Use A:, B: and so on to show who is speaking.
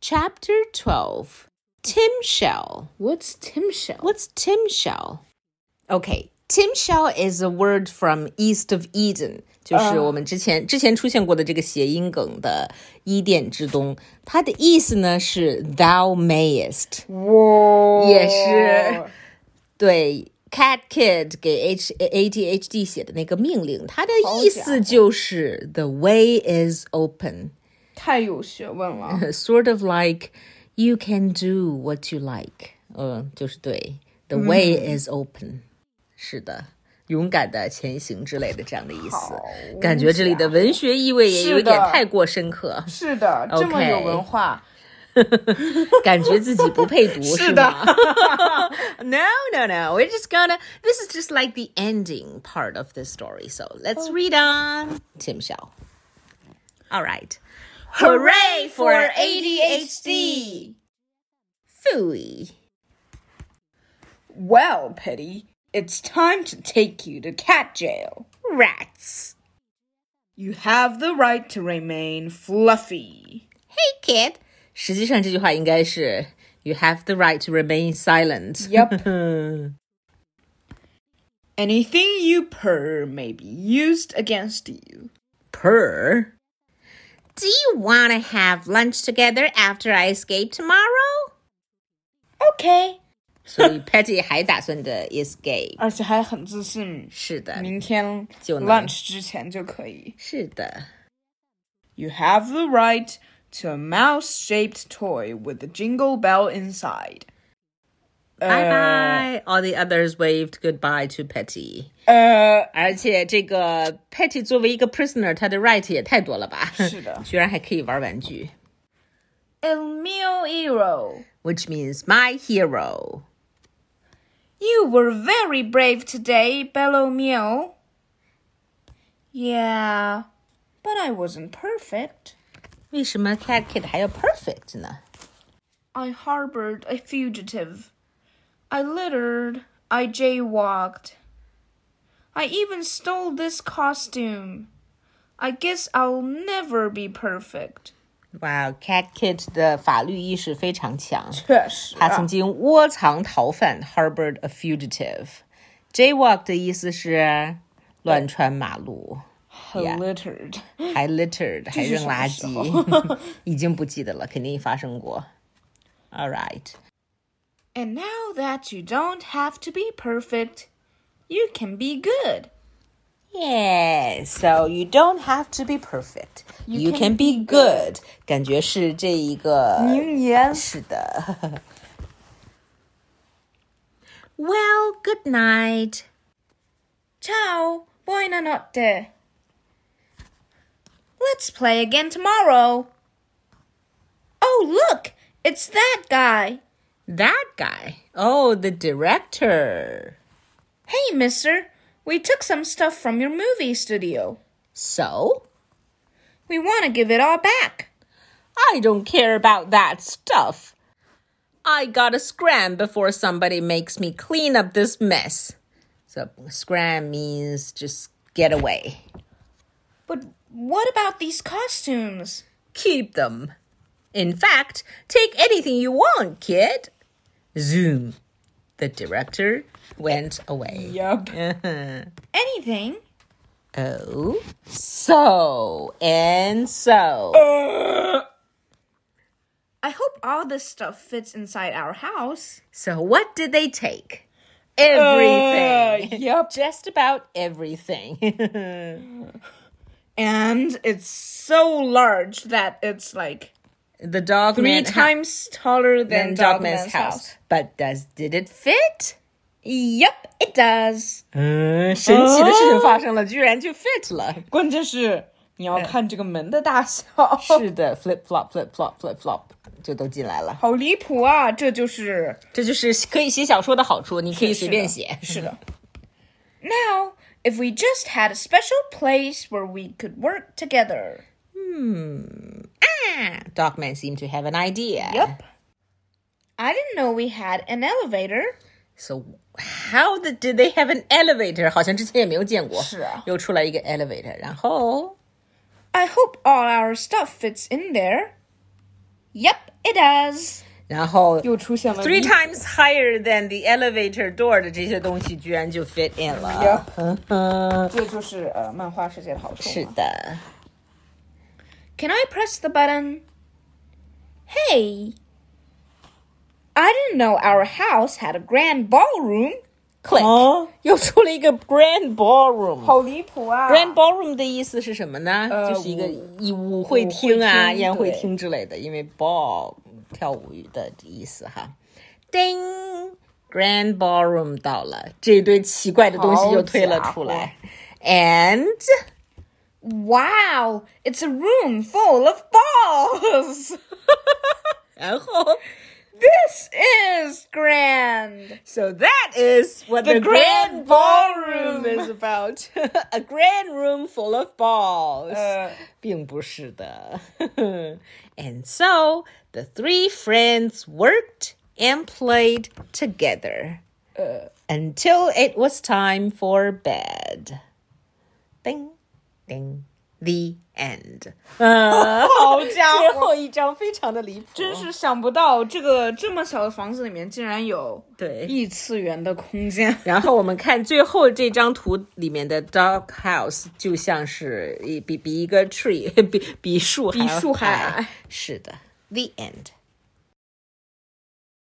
A: Chapter 12 Tim Shell.
B: What's Tim Shell?
A: What's Tim Shell? Okay, Tim Shell is a word from East of Eden，就是我们之前、之前出现过的这个谐音梗的伊甸之东。它的意思呢是 Thou mayest，
B: 哇，
A: 也是对 Cat Kid 给 H A D H D 写的那个命令，它的意思就是 The way is open。
B: 太有学问了。
A: sort of like you can do what you like. 嗯，就是对，the
B: 嗯
A: way is open，、是的，勇敢的前行之类的这样的意思。感觉这里的文学意味也有
B: 是的
A: 点太过深刻，
B: 是的，这么
A: OK
B: 有文化。
A: 感觉自己不配读， 是
B: 是的
A: 吗？No, no, no. We're just gonna. This is just like the ending part of this story. So let's read on. Tim Shaw. All right. Hooray for ADHD! Phooey.
B: Well, Petty, it's time to take you to cat jail.
A: Rats.
B: You have the right to remain fluffy.
A: Hey, kid. 实际上这句话应该是 You have the right to remain silent.
B: Yep. Anything you purr may be used against you.
A: Purr. Do you want to have lunch together after I escape tomorrow?
B: Okay.
A: 所以 Patty 还打算着 escape。
B: 而且还很自信，
A: 是的，
B: 明天
A: 就能
B: lunch 之前就可以。
A: 是的。
B: You have the right to a mouse-shaped toy with a jingle bell inside. 呃
A: Bye bye. All the others waved goodbye to Patty.
B: 呃，
A: 而且这个 Patty 作为一个 prisoner，他的 right 也太多了吧？
B: 是的
A: 居然还可以玩玩具。
B: El mio hero,
A: Which means my hero.
B: you were very brave today, Bello mio. Yeah, but I wasn't perfect.
A: 为什么 Cat Kid 还要 perfect 呢？
B: I harbored a fugitive. I littered. I jaywalked. I even stole this costume. I guess I'll never be perfect.
A: 哇、c a t Kid 的法律意识非常强，
B: 确实，
A: 他曾经窝藏逃犯 （harbored a fugitive）。Jaywalk 的意思是乱穿马路，Yeah.
B: littered.
A: 还 littered，还
B: 是
A: 扔
B: 什么
A: 垃
B: 时
A: 圾， 已经不记得了，肯定发生过。All right，
B: And now that you don't have to be perfect, you can be good.
A: Yeah, so you don't have to be perfect. You,
B: You
A: can,
B: can
A: be good. 感觉是这一个
B: 名言
A: 是的。well, good night.
B: Ciao, buona notte. Let's play again tomorrow. Oh, look, it's that guy.
A: That guy. Oh, the director.
B: Hey, mister, we took some stuff from your movie studio.
A: So,
B: We want to give it all back.
A: I don't care about that stuff. I gotta scram before somebody makes me clean up this mess. So, scram means just get away.
B: But what about these costumes?
A: keep them. In fact, take anything you want, kid. Zoom. The director went away.
B: Yup. Anything?
A: Oh, so and so.
B: I hope all this stuff fits inside our house.
A: So, what did they take? Everything.
B: Uh, yep.
A: Just about everything.
B: And it's so large that it's like
A: the dog
B: three
A: man
B: times taller than
A: and
B: Dogman's house.
A: But does did it fit?
B: Yep, it does.
A: 嗯，神奇的事情发生了，居然就 fit 了。
B: 关键是你要看这个门的大小，
A: 是的，flip flop flip flop flip flop 就都进来了。
B: 好离谱啊！这就是
A: 这就是可以写小说的好处，你可以随便写。
B: 是的。Now, if we just had a special place where we could work together.
A: Ah, Dogman seemed to have an idea.
B: Yep. I didn't know we had an elevator.
A: So how the, did they have an elevator？好像之前也没有见过。
B: 是啊
A: 又出来一个 elevator，然后
B: I hope all our stuff fits in there. Yep, It does.
A: 然后
B: 又出现了
A: three
B: 一
A: times higher than the elevator door 的这些东西，居然就 fit in 了。
B: Yep
A: 嗯哼，
B: 这就是呃漫画世界的好处。
A: 是。的。
B: Can I press the button? Hey. I didn't know our house had a grand ballroom.
A: Click，、又哦出了一个 grand ballroom。
B: 好离谱啊
A: Grand ballroom 的意思是什么呢？
B: 呃
A: 就是一个
B: 舞
A: 以舞会厅啊、
B: 舞会厅
A: 宴会厅之类的，因为 ball 跳舞的意思哈。叮，Grand ballroom 到了，这堆奇怪的东西就推了出来。And
B: 哦 Wow, it's a room full of balls.
A: 然后
B: this is grand.
A: So that is what the,
B: The
A: grand
B: grand
A: ballroom
B: ballroom.
A: is about. A grand room full of balls.
B: 呃。
A: 并不是的。and so the three friends worked and played together Uh. until it was time for bed. Ding, ding. The end.
B: 好家伙。
A: 最后一张非常的离谱。
B: 真是想不到，这个这么小的房子里面竟然有
A: 对
B: 异次元的空间。
A: 然后我们看最后这张图里面的 dog house 就像是一比比一个 tree 比比树还要
B: 比树还
A: 矮
B: 矮，
A: 是的，the end。